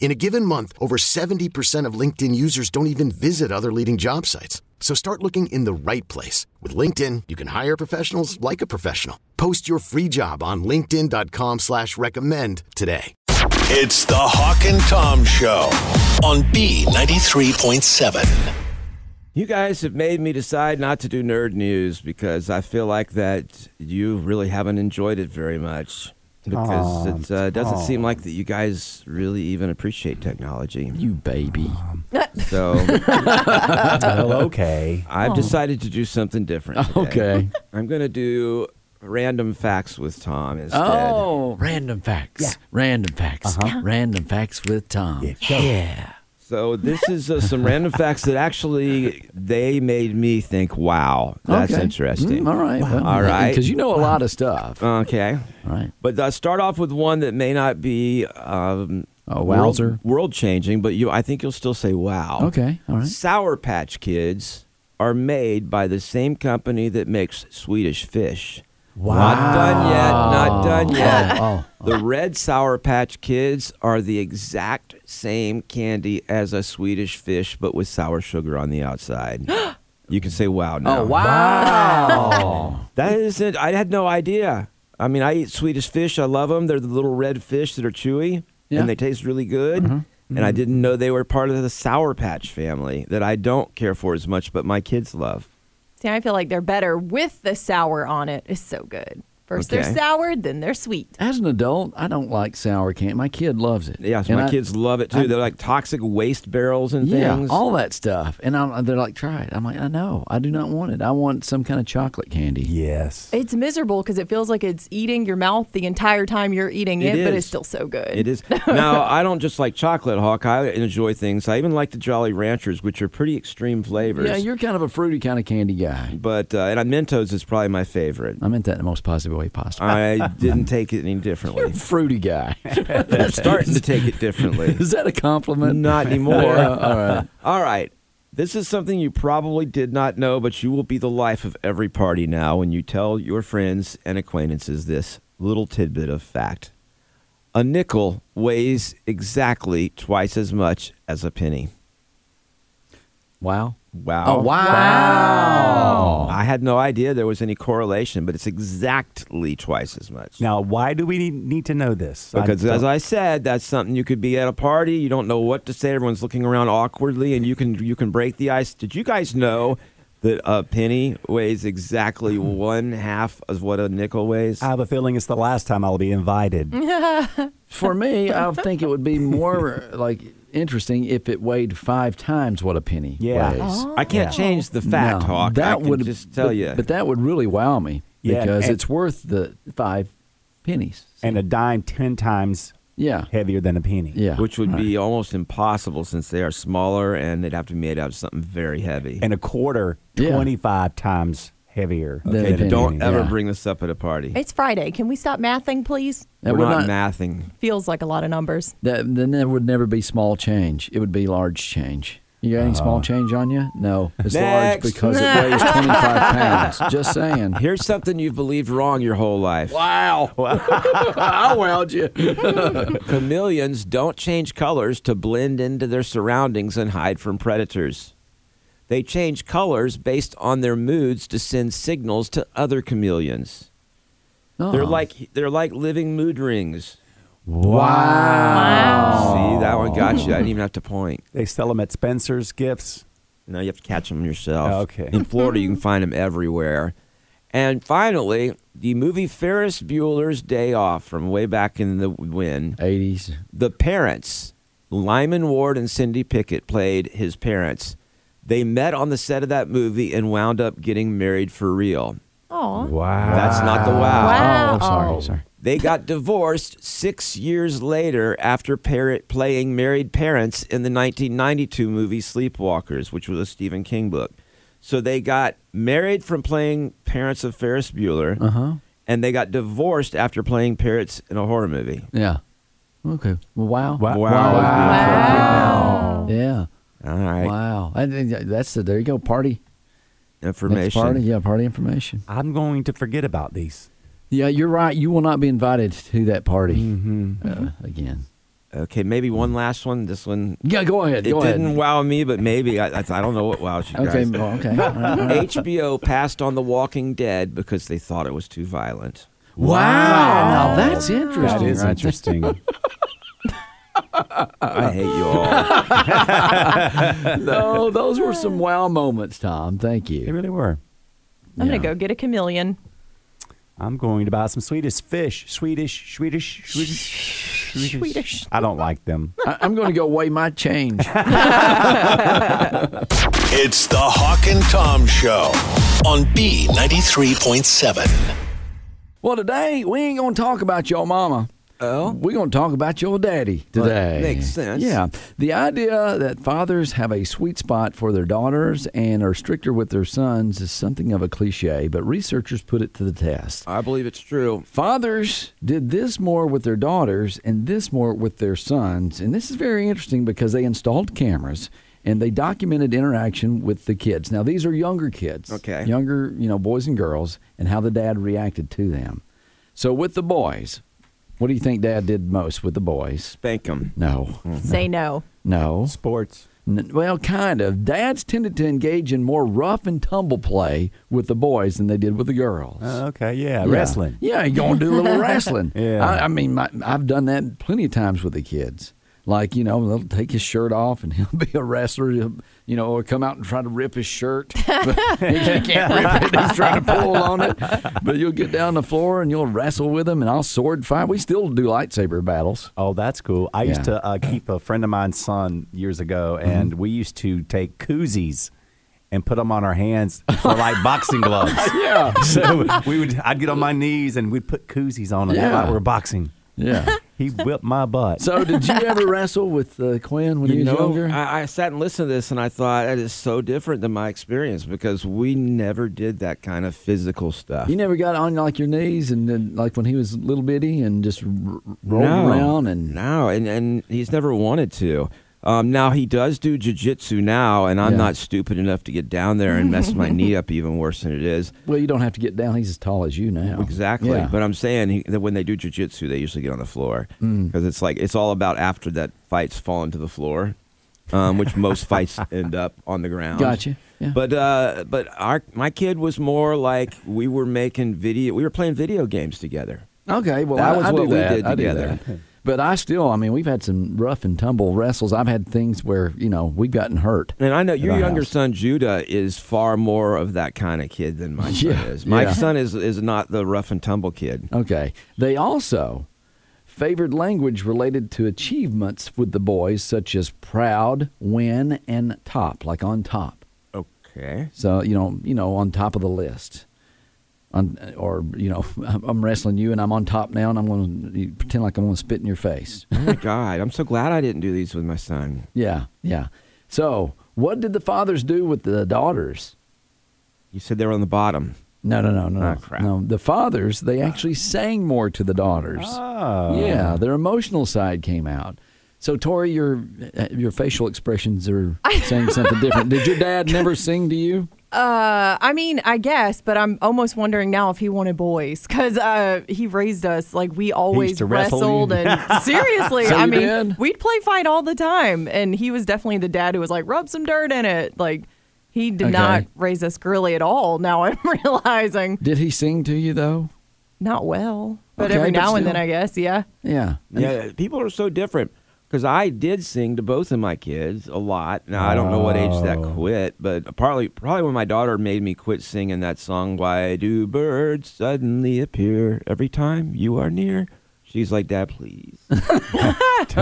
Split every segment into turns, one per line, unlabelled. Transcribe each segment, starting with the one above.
In a given month, over 70% of LinkedIn users don't even visit other leading job sites. So start looking in the right place. With LinkedIn, you can hire professionals like a professional. Post your free job on linkedin.com/recommend slash recommend today.
It's the Hawk and Tom Show on B93.7.
You guys have made me decide not to do nerd news because I feel like that you really haven't enjoyed it very much. Because it uh, doesn't seem like that you guys really even appreciate technology.
You baby.
So
Well, okay.
Oh.
I've decided to do something different. today.
Okay.
I'm going to do random facts with Tom instead.
Oh, random facts. Random facts.
Uh-huh.
Random facts with Tom. Yeah.
So this is uh, some random facts that actually they made me think, wow, that's
Okay.
interesting.
Mm, all right.
All right. Uh,
Because you know a lot of stuff.
Okay.
all right.
But uh, start off with one that may not be um,
Oh, wowzer.
world changing, but you I think you'll still say wow.
Okay. All right.
Sour Patch Kids are made by the same company that makes Swedish Fish. Wow. Not done yet. Not done yet.
Oh,
The red Sour Patch Kids are the exact same candy as a Swedish fish, but with sour sugar on the outside. you can say wow now.
oh wow.
That isn't. I had no idea. I mean, I eat Swedish fish. I love them. They're the little red fish that are chewy
Yeah. Mm-hmm.
and they taste really good. And I didn't know they were part of the Sour Patch family that I don't care for as much, but my kids love.
See, I feel like they're better with the sour on it. It's so good. First
Okay.
they're sour, then they're sweet.
As an adult, I don't like sour candy. My kid loves it.
Yeah, so
And
my
I-
kids love it too. They're like toxic waste barrels and
Yeah,
things.
all that stuff. And I'm, they're like, try it. I'm like, I know. I do not want it. I want some kind of chocolate candy.
Yes.
It's miserable because it feels like it's eating your mouth the entire time you're eating
It
it, but
is.
it's still so good.
It is. Now, I don't just like chocolate, Hawk. I enjoy things. I even like the Jolly Ranchers, which are pretty extreme flavors.
Yeah, you're kind of a fruity kind of candy guy.
but, uh, and Mentos is probably my favorite.
I meant that in the most positive way possible.
I didn't take it any differently.
fruity guy.
I'm starting to take it differently.
Is that a compliment?
Not anymore.
Yeah, all right.
All right. This is something you probably did not know, but you will be the life of every party now when you tell your friends and acquaintances this little tidbit of fact. A nickel weighs exactly twice as much as a penny.
Wow.
Wow.
Oh, wow.
I had no idea there was any correlation, but it's exactly twice as much.
Now, why do we need, need to know this?
Because as
don't-
I said, that's something you could be at a party. You don't know what to say. Everyone's looking around awkwardly, and you can you can break the ice. Did you guys know that a penny weighs exactly one half of what a nickel weighs?
Uh,
I have a feeling it's the last time I'll be invited.
For me, I think it would be more like interesting if it weighed five times what a penny
Yeah.
weighs.
I can't change the fact,
No,
Hawk.
That
I can
would
just tell
but,
you.
But that would really wow me
Yeah,
because
and-
it's worth the five pennies.
and a dime 10 times
Yeah.
heavier than a penny.
Yeah.
which would be almost impossible since they are smaller and they'd have to be made out of something very heavy.
And a quarter,
Yeah.
25 times heavier.
Than a
than
penny,
a
don't
penny.
ever
yeah.
bring this up at a party.
It's Friday. Can we stop mathing, please?
That
We're
would
not,
not-
mathing.
Feels like a lot of numbers.
That, then there would never be small change. It would be large change. You got any small change on you? No. It's large
Next.
because it weighs 25 pounds. Just saying.
Here's something you've believed wrong your whole life.
Wow. I wowed you.
Chameleons don't change colors to blend into their surroundings and hide from predators. They change colors based on their moods to send signals to other chameleons. They're
Oh.
like they're like living mood rings.
Wow.
See, that one got you. I didn't even have to point.
They sell them at Spencer's Gifts.
No, you have to catch them yourself.
Okay.
In Florida, you can find them everywhere. And finally, the movie Ferris Bueller's Day Off from way back in the when.
80s.
the parents, Lyman Ward and Cindy Pickett, played his parents. They met on the set of that movie and wound up getting married for real.
Oh.
Wow.
That's not the wow.
Wow.
Oh, I'm sorry. I'm sorry.
They got divorced six years later after par- playing married parents in the 1992 movie Sleepwalkers, which was a Stephen King book. So they got married from playing parents of Ferris Bueller,
Uh huh.
and they got divorced after playing parents in a horror movie.
Yeah. Okay. Well, wow.
Wow.
Wow.
Yeah.
All right.
Wow. And then, yeah, that's the, there you go. Party. Next
Information.
party. Yeah. Party information.
I'm going to forget about these.
Yeah, you're right. You will not be invited to that party
Mm-hmm.
uh, again.
Okay, maybe one last one. This one
Yeah. Go ahead.
it
go
didn't
ahead.
wow me, but maybe I, I, I don't know what wows you
Okay.
guys.
well, okay. All right, all right.
HBO passed on The Walking Dead because they thought it was too violent.
Wow. Now Oh, that's interesting.
That is
right
interesting.
Uh,
I hate you all.
there. No, those were some wow moments, Tom. Thank
they
you.
really were.
I'm going to go get a chameleon.
I'm going to buy some Swedish fish. Swedish, Swedish, Swedish,
Swedish.
I don't like them.
I, I'm going to go weigh my change.
It's the Hawk and Tom Show on B93.7.
well, today we ain't going to talk about your mama.
Oh,
We're going to talk about your daddy today.
makes sense.
Yeah. The idea that fathers have a sweet spot for their daughters and are stricter with their sons is something of a cliche, but researchers put it to the test.
I believe it's true.
Fathers did this more with their daughters and this more with their sons. And this is very interesting because they installed cameras and they documented interaction with the kids. Now, these are younger kids.
Okay.
Younger, you know, boys and girls and how the dad reacted to them. So, with the boys, what do you think dad did most with the boys?
Spank them.
No.
Say no.
No.
Sports.
N- Well, kind of. Dads tended to engage in more rough and tumble play with the boys than they did with the girls.
Uh, okay, yeah,
Yeah.
wrestling.
Yeah, you gonna do a little wrestling.
Yeah.
I, I mean, my, I've done that plenty of times with the kids. Like you know, they'll take his shirt off and he'll be a wrestler. He'll, you know, or come out and try to rip his shirt. But he can't rip it. He's trying to pull on it. But you'll get down the floor and you'll wrestle with him, and I'll sword fight. We still do lightsaber battles.
Oh, that's cool. I used
Yeah. Mm-hmm.
to uh, keep a friend of mine's son years ago, and we used to take koozies and put them on our hands for like boxing gloves.
Yeah,
So we would, I'd get on my knees and we'd put koozies on them
Yeah.
like we're boxing.
yeah.
He whipped my butt.
So, did you ever wrestle with uh, Quinn when he
You
was
know,
younger?
I, I sat and listened to this and I thought that is so different than my experience because we never did that kind of physical stuff.
You never got on like your knees and then like when he was little bitty and just r- r- rolled
No.
around and
no, and and he's never wanted to. Um, now he does do jujitsu now, and I'm
Yeah.
not stupid enough to get down there and mess my knee up even worse than it is.
well, you don't have to get down. He's as tall as you now.
Exactly,
Yeah.
but I'm saying he, that when they do jujitsu, they usually get on the floor
Mm.
because it's like it's all about after that fight's fallen to the floor, um, which most fights end up on the ground.
Gotcha. Yeah.
But uh, but our my kid was more like we were making video, we were playing video games together.
okay, well
That
I,
was
I do
what we
that.
did
I do
together.
that. But I still, I mean, we've had some rough and tumble wrestles. I've had things where you know we've gotten hurt.
And I know your
our
younger
house.
son Judah is far more of that kind of kid than my son
Yeah,
is. My
yeah.
son is is not the rough and tumble kid.
Okay, they also favored language related to achievements with the boys, such as proud, win, and top, like on top.
Okay.
So you know, you know, on top of the list, on or you know, I'm I'm wrestling you, and I'm on top now, and I'm going to pretend like I'm going to spit in your face.
Oh my God, I'm so glad I didn't do these with my son.
yeah, yeah. So, what did the fathers do with the daughters?
You said they were on the bottom.
No, no, no, no,
Ah,
no.
crap. Ah.
no. The fathers they actually sang more to the daughters.
Oh.
Yeah, their emotional side came out. So, Tori, your uh, your facial expressions are saying something different. Did your dad never sing to you?
Uh, I mean, I guess, but I'm almost wondering now if he wanted boys because uh, he raised us like we always
to wrestle
wrestled
you.
and seriously,
So
I
you
mean,
did?
we'd play fight all the time, and he was definitely the dad who was like, rub some dirt in it. Like he did
Okay.
not raise us girly at all. Now I'm realizing
Did he sing to you though?
not well, but
Okay,
every
but
now and then,
still.
I guess, yeah.
Yeah.
Yeah, people are so different. Because I did sing to both of my kids a lot. Now I don't know what age that quit, but probably probably when my daughter made me quit singing that song. Why do birds suddenly appear every time you are near? She's like, Dad, please.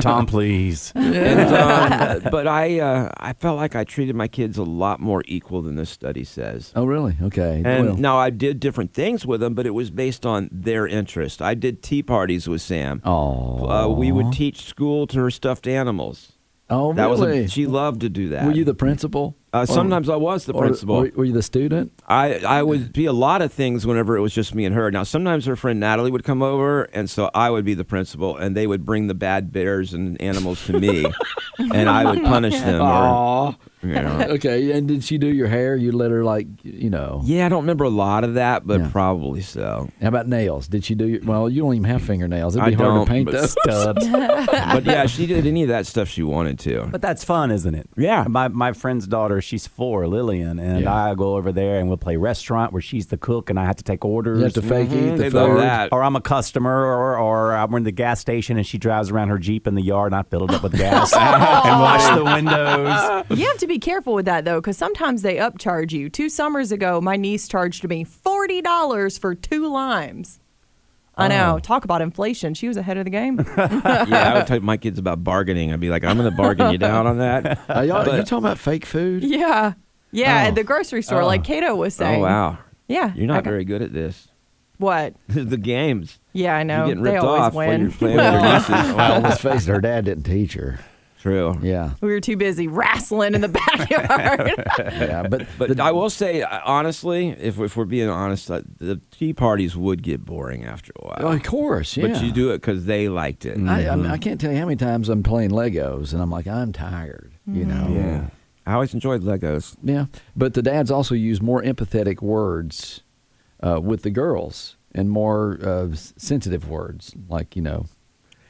Tom, please.
And, um, but I uh, I felt like I treated my kids a lot more equal than this study says.
Oh, really? Okay.
And
well,
now I did different things with them, but it was based on their interest. I did tea parties with Sam.
Aw.
Uh, we would teach school to her stuffed animals.
oh,
That was
really?
a, she loved to do that.
were you the principal?
uh,
Or-
sometimes I was the
or-
principal.
Were, were you the student?
I I would be a lot of things whenever it was just me and her. Now sometimes her friend Natalie would come over, and so I would be the principal, and they would bring the bad bears and animals to me, and I would punish them. Or,
Aw.
you know.
okay. And did she do your hair? You let her like you know.
Yeah, I don't remember a lot of that, but
Yeah.
probably so.
How about nails? Did she do your? Well, you don't even have fingernails. It'd
I
be hard
don't,
to paint
but
those.
Stubbs.
But yeah, she did any of that stuff she wanted to.
But that's fun, isn't it?
Yeah.
My my friend's daughter, she's four, Lillian, and
Yeah.
I go over there and we'll play restaurant where she's the cook and I have to take orders.
You have to fake eat the
They
food.
love that.
Or I'm a customer, or or I'm in the gas station and she drives around her jeep in the yard, and I fill it up with gas and wash the windows.
You have to be careful with that though, because sometimes they upcharge you. Two summers ago, my niece charged me forty dollars for two limes.
Oh.
I know. Talk about inflation. She was ahead of the game.
Yeah, I would tell my kids about bargaining. I'd be like, I'm going to bargain you down on that. Oh,
Are y'all, you talking about fake food?
yeah, yeah.
Oh.
At the grocery store, like Kato was
Oh,
saying.
wow.
Yeah.
You're not
I got-
very good at this.
What?
the games.
Yeah, I know.
You're getting
they
ripped
always
off when
win.
you're playing with your nieces. Oh,
Well, let's face it, her dad didn't teach her.
True.
Yeah,
we were too busy wrestling in the backyard.
yeah, but
But I will say, uh, honestly, if, if we're being honest, uh, the tea parties would get boring after a while.
oh, of course, yeah.
But you do it because they liked it.
I, I, mean, I can't tell you how many times I'm playing Legos and I'm like, I'm tired, you
Mm-hmm.
know.
Yeah.
I always enjoyed Legos.
Yeah, but the dads also use more empathetic words uh, with the girls and more uh, s- sensitive words, like you know,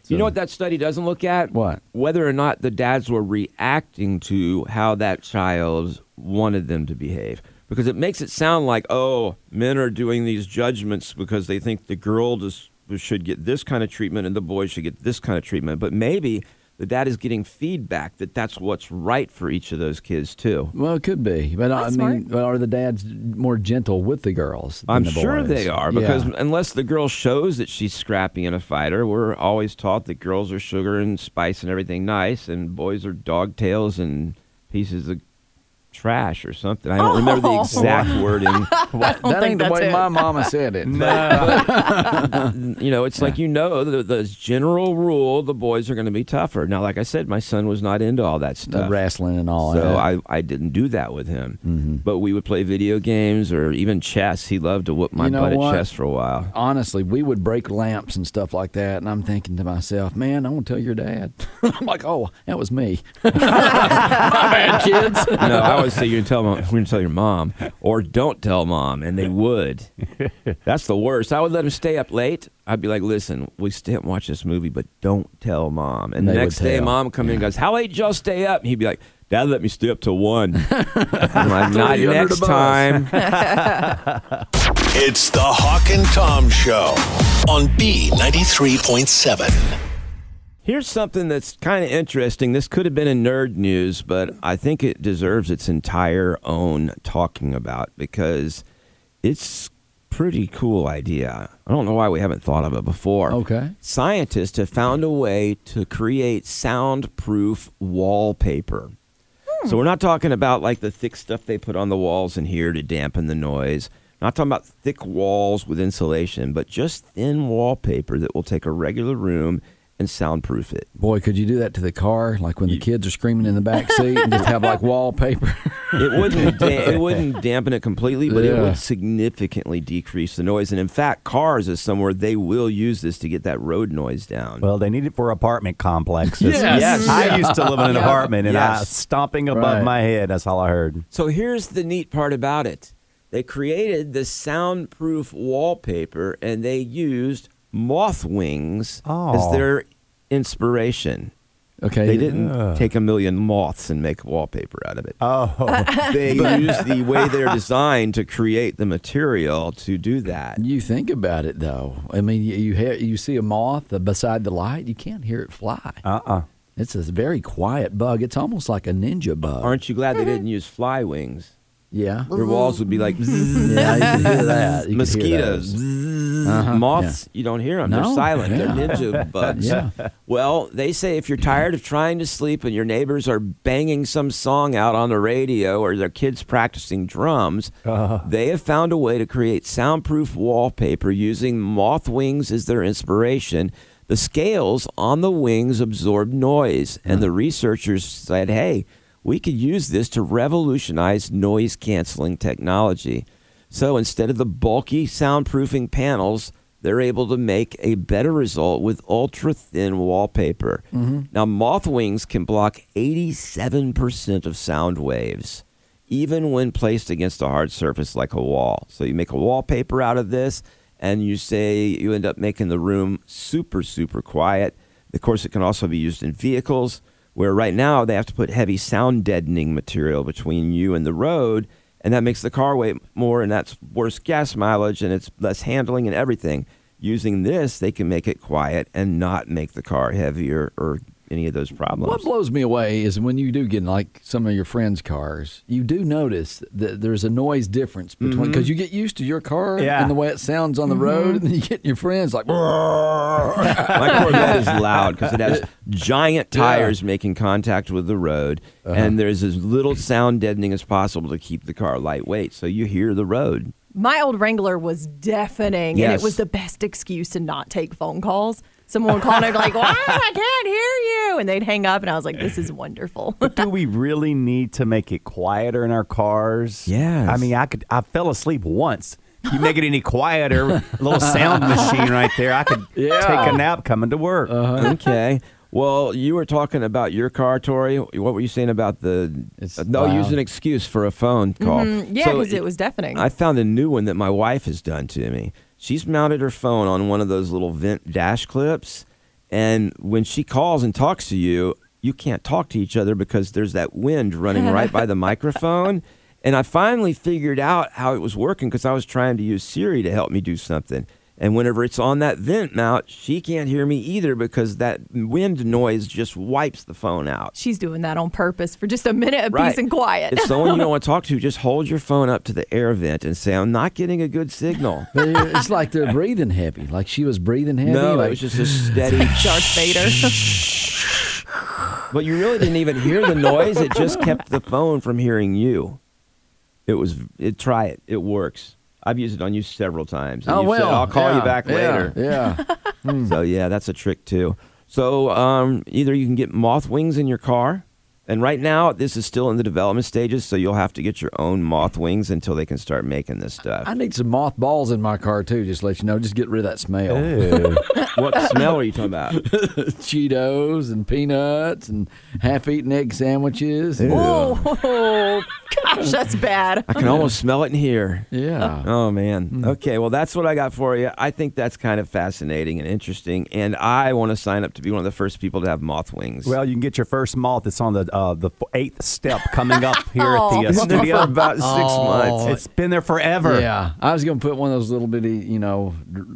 You know what that study doesn't look at?
What?
Whether or not the dads were reacting to how that child wanted them to behave. Because it makes it sound like, oh, men are doing these judgments because they think the girl just should get this kind of treatment and the boy should get this kind of treatment. But maybe the dad is getting feedback that that's what's right for each of those kids, too.
Well, it could be, but I
That's
mean, well, are the dads more gentle with the girls? Than
I'm
the
sure
boys?
they are because
Yeah.
unless the girl shows that she's scrappy and a fighter, we're always taught that girls are sugar and spice and everything nice, and boys are dog tails and pieces of trash or something. I don't remember the
Oh.
exact wording.
that ain't
think
the
that's
way
it.
my mama said it.
you know, it's like you know the, the general rule: the boys are going to be tougher. Now, like I said, my son was not into all that
the
stuff.
wrestling and all.
So
that.
I, I didn't do that with him.
Mm-hmm.
But we would play video games or even chess. He loved to whoop my
You know
butt
what?
at chess for a while.
honestly, we would break lamps and stuff like that. And I'm thinking to myself, man, I want to tell your dad. I'm like, oh, that was me. My bad, kids.
no, I always say you can tell mom, you can tell your mom, or don't tell mom, and they would. That's the worst. I would let them stay up late. I'd be like, listen, we stay up and watch this movie, but don't tell mom. And the
They would
next day,
tell.
mom would come in and goes, how late did y'all stay up? And he'd be like, Dad let me stay up till one. I'm like, not
you under the
next
bus."
time.
It's the Hawk and Tom Show on B93.7.
Here's something that's kind of interesting. This could have been in nerd news, but I think it deserves its entire own talking about because it's pretty cool idea. I don't know why we haven't thought of it before.
Okay.
Scientists have found a way to create soundproof wallpaper. So we're not talking about like the thick stuff they put on the walls in here to dampen the noise. Not talking about thick walls with insulation, but just thin wallpaper that will take a regular room and soundproof it.
Boy, could you do that to the car? Like when the kids are screaming in the back seat and just have like wallpaper.
It wouldn't da- it wouldn't dampen it completely, but it
Yeah.
would significantly decrease the noise. And in fact, cars is somewhere they will use this to get that road noise down.
Well, they need it for apartment complexes.
Yes.
Yes.
I used to live in an apartment, and I
Yes.
stomping above
Right.
my head. That's all I heard.
So here's the neat part about it. They created the soundproof wallpaper and they used moth wings as
Oh.
their inspiration.
Okay.
They didn't take a million moths and make wallpaper out of it.
Oh,
They used the way they're designed to create the material to do that.
You think about it though. I mean, you you, hear, you see a moth beside the light, you can't hear it fly.
uh, uh
It's a very quiet bug. It's almost like a ninja bug.
Aren't you glad they didn't use fly wings?
yeah.
Your walls would be like bzzz.
yeah, you can hear that. You can hear
mosquitoes,
those.
bzzz. moths. You don't hear them. They're
No,
silent.
yeah.
They're ninja bugs.
Yeah.
Well, they say if you're tired of trying to sleep and your neighbors are banging some song out on the radio or their kids practicing drums,
Uh-huh.
they have found a way to create soundproof wallpaper using moth wings as their inspiration. The scales on the wings absorb noise,
Uh-huh.
and the researchers said, hey, we could use this to revolutionize noise canceling technology. So instead of the bulky soundproofing panels, they're able to make a better result with ultra thin wallpaper. Now, moth wings can block 87% of sound waves, even when placed against a hard surface like a wall. So you make a wallpaper out of this, and you say you end up making the room super, super quiet. Of course, it can also be used in vehicles where right now they have to put heavy sound deadening material between you and the road, and that makes the car weigh more, and that's worse gas mileage, and it's less handling and everything. Using this, they can make it quiet and not make the car heavier or any of those
What
problems.
blows me away is when you do get in like some of your friends' cars, you do notice that there's a noise difference between
Mm-hmm.
because you get used to your car
Yeah.
and the way it sounds on the road, and then you get your friends like, "Brrr."
My Corvette is loud because it has giant tires making contact with the road, and there's as little sound deadening as possible to keep the car lightweight, so you hear the road.
My old Wrangler was deafening, and
Yes.
it was the best excuse to not take phone calls. Someone would call and I'd be like, "Wow, I can't hear you," and they'd hang up, and I was like, "This is wonderful."
Do we really need to make it quieter in our cars?
Yes.
I mean, I could. I fell asleep once. You make it any quieter, a little sound machine right there. I could take a nap coming to work.
Uh-huh.
okay. Well, you were talking about your car, Tori. What were you saying about the?
It's
uh, no, use
loud.
an excuse for a phone call.
Mm-hmm. yeah,
So
because it was deafening.
I found a new one that my wife has done to me. She's mounted her phone on one of those little vent dash clips, and when she calls and talks to you, you can't talk to each other because there's that wind running right by the microphone. And I finally figured out how it was working because I was trying to use Siri to help me do something. And whenever it's on that vent mount, she can't hear me either because that wind noise just wipes the phone out.
She's doing that on purpose for just a minute of peace and quiet.
If someone you don't want to talk to, just hold your phone up to the air vent and say, I'm not getting a good signal.
But it's like they're breathing heavy. Like she was breathing heavy.
no,
like,
it was just a steady.
Darth Vader.
but you really didn't even hear the noise. It just kept the phone from hearing you. It was, it, try it. It works. I've used it on you several times. And
oh
you
well,
said, I'll call you
yeah,
back
yeah,
later.
Yeah,
So yeah, that's a trick too. So um, either you can get moth wings in your car, and right now this is still in the development stages, so you'll have to get your own moth wings until they can start making this
I
stuff.
need some mothballs in my car too. Just to let you know, just get rid of that smell.
what smell are you talking about?
Cheetos and peanuts and half-eaten egg sandwiches. and-
Oh, gosh, that's bad.
I can almost smell it in here.
Yeah.
Oh man. Okay, well that's what I got for you. I think that's kind of fascinating and interesting, and I want to sign up to be one of the first people to have moth wings.
Well, you can get your first moth. It's on the uh, the f- eighth step coming up here at the uh,
it's been for
studio.
about six months.
It's been there forever.
Yeah, I was gonna put one of those little bitty, you know, dr-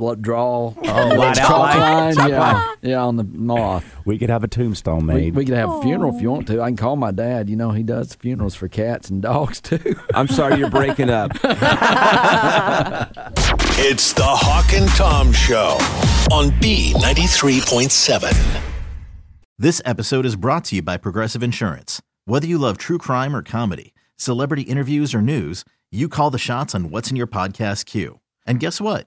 l- draw
Oh, light out
chalk
light.
line, yeah, yeah, on the moth.
We could have a tombstone
We,
made.
we could have a funeral if you want to. I can call my dad. You know, he does funerals for cats and dogs too.
I'm sorry you're breaking up.
It's the Hawk and Tom Show on B93.7.
This episode is brought to you by Progressive Insurance. Whether you love true crime or comedy, celebrity interviews or news, you call the shots on what's in your podcast queue. And guess what?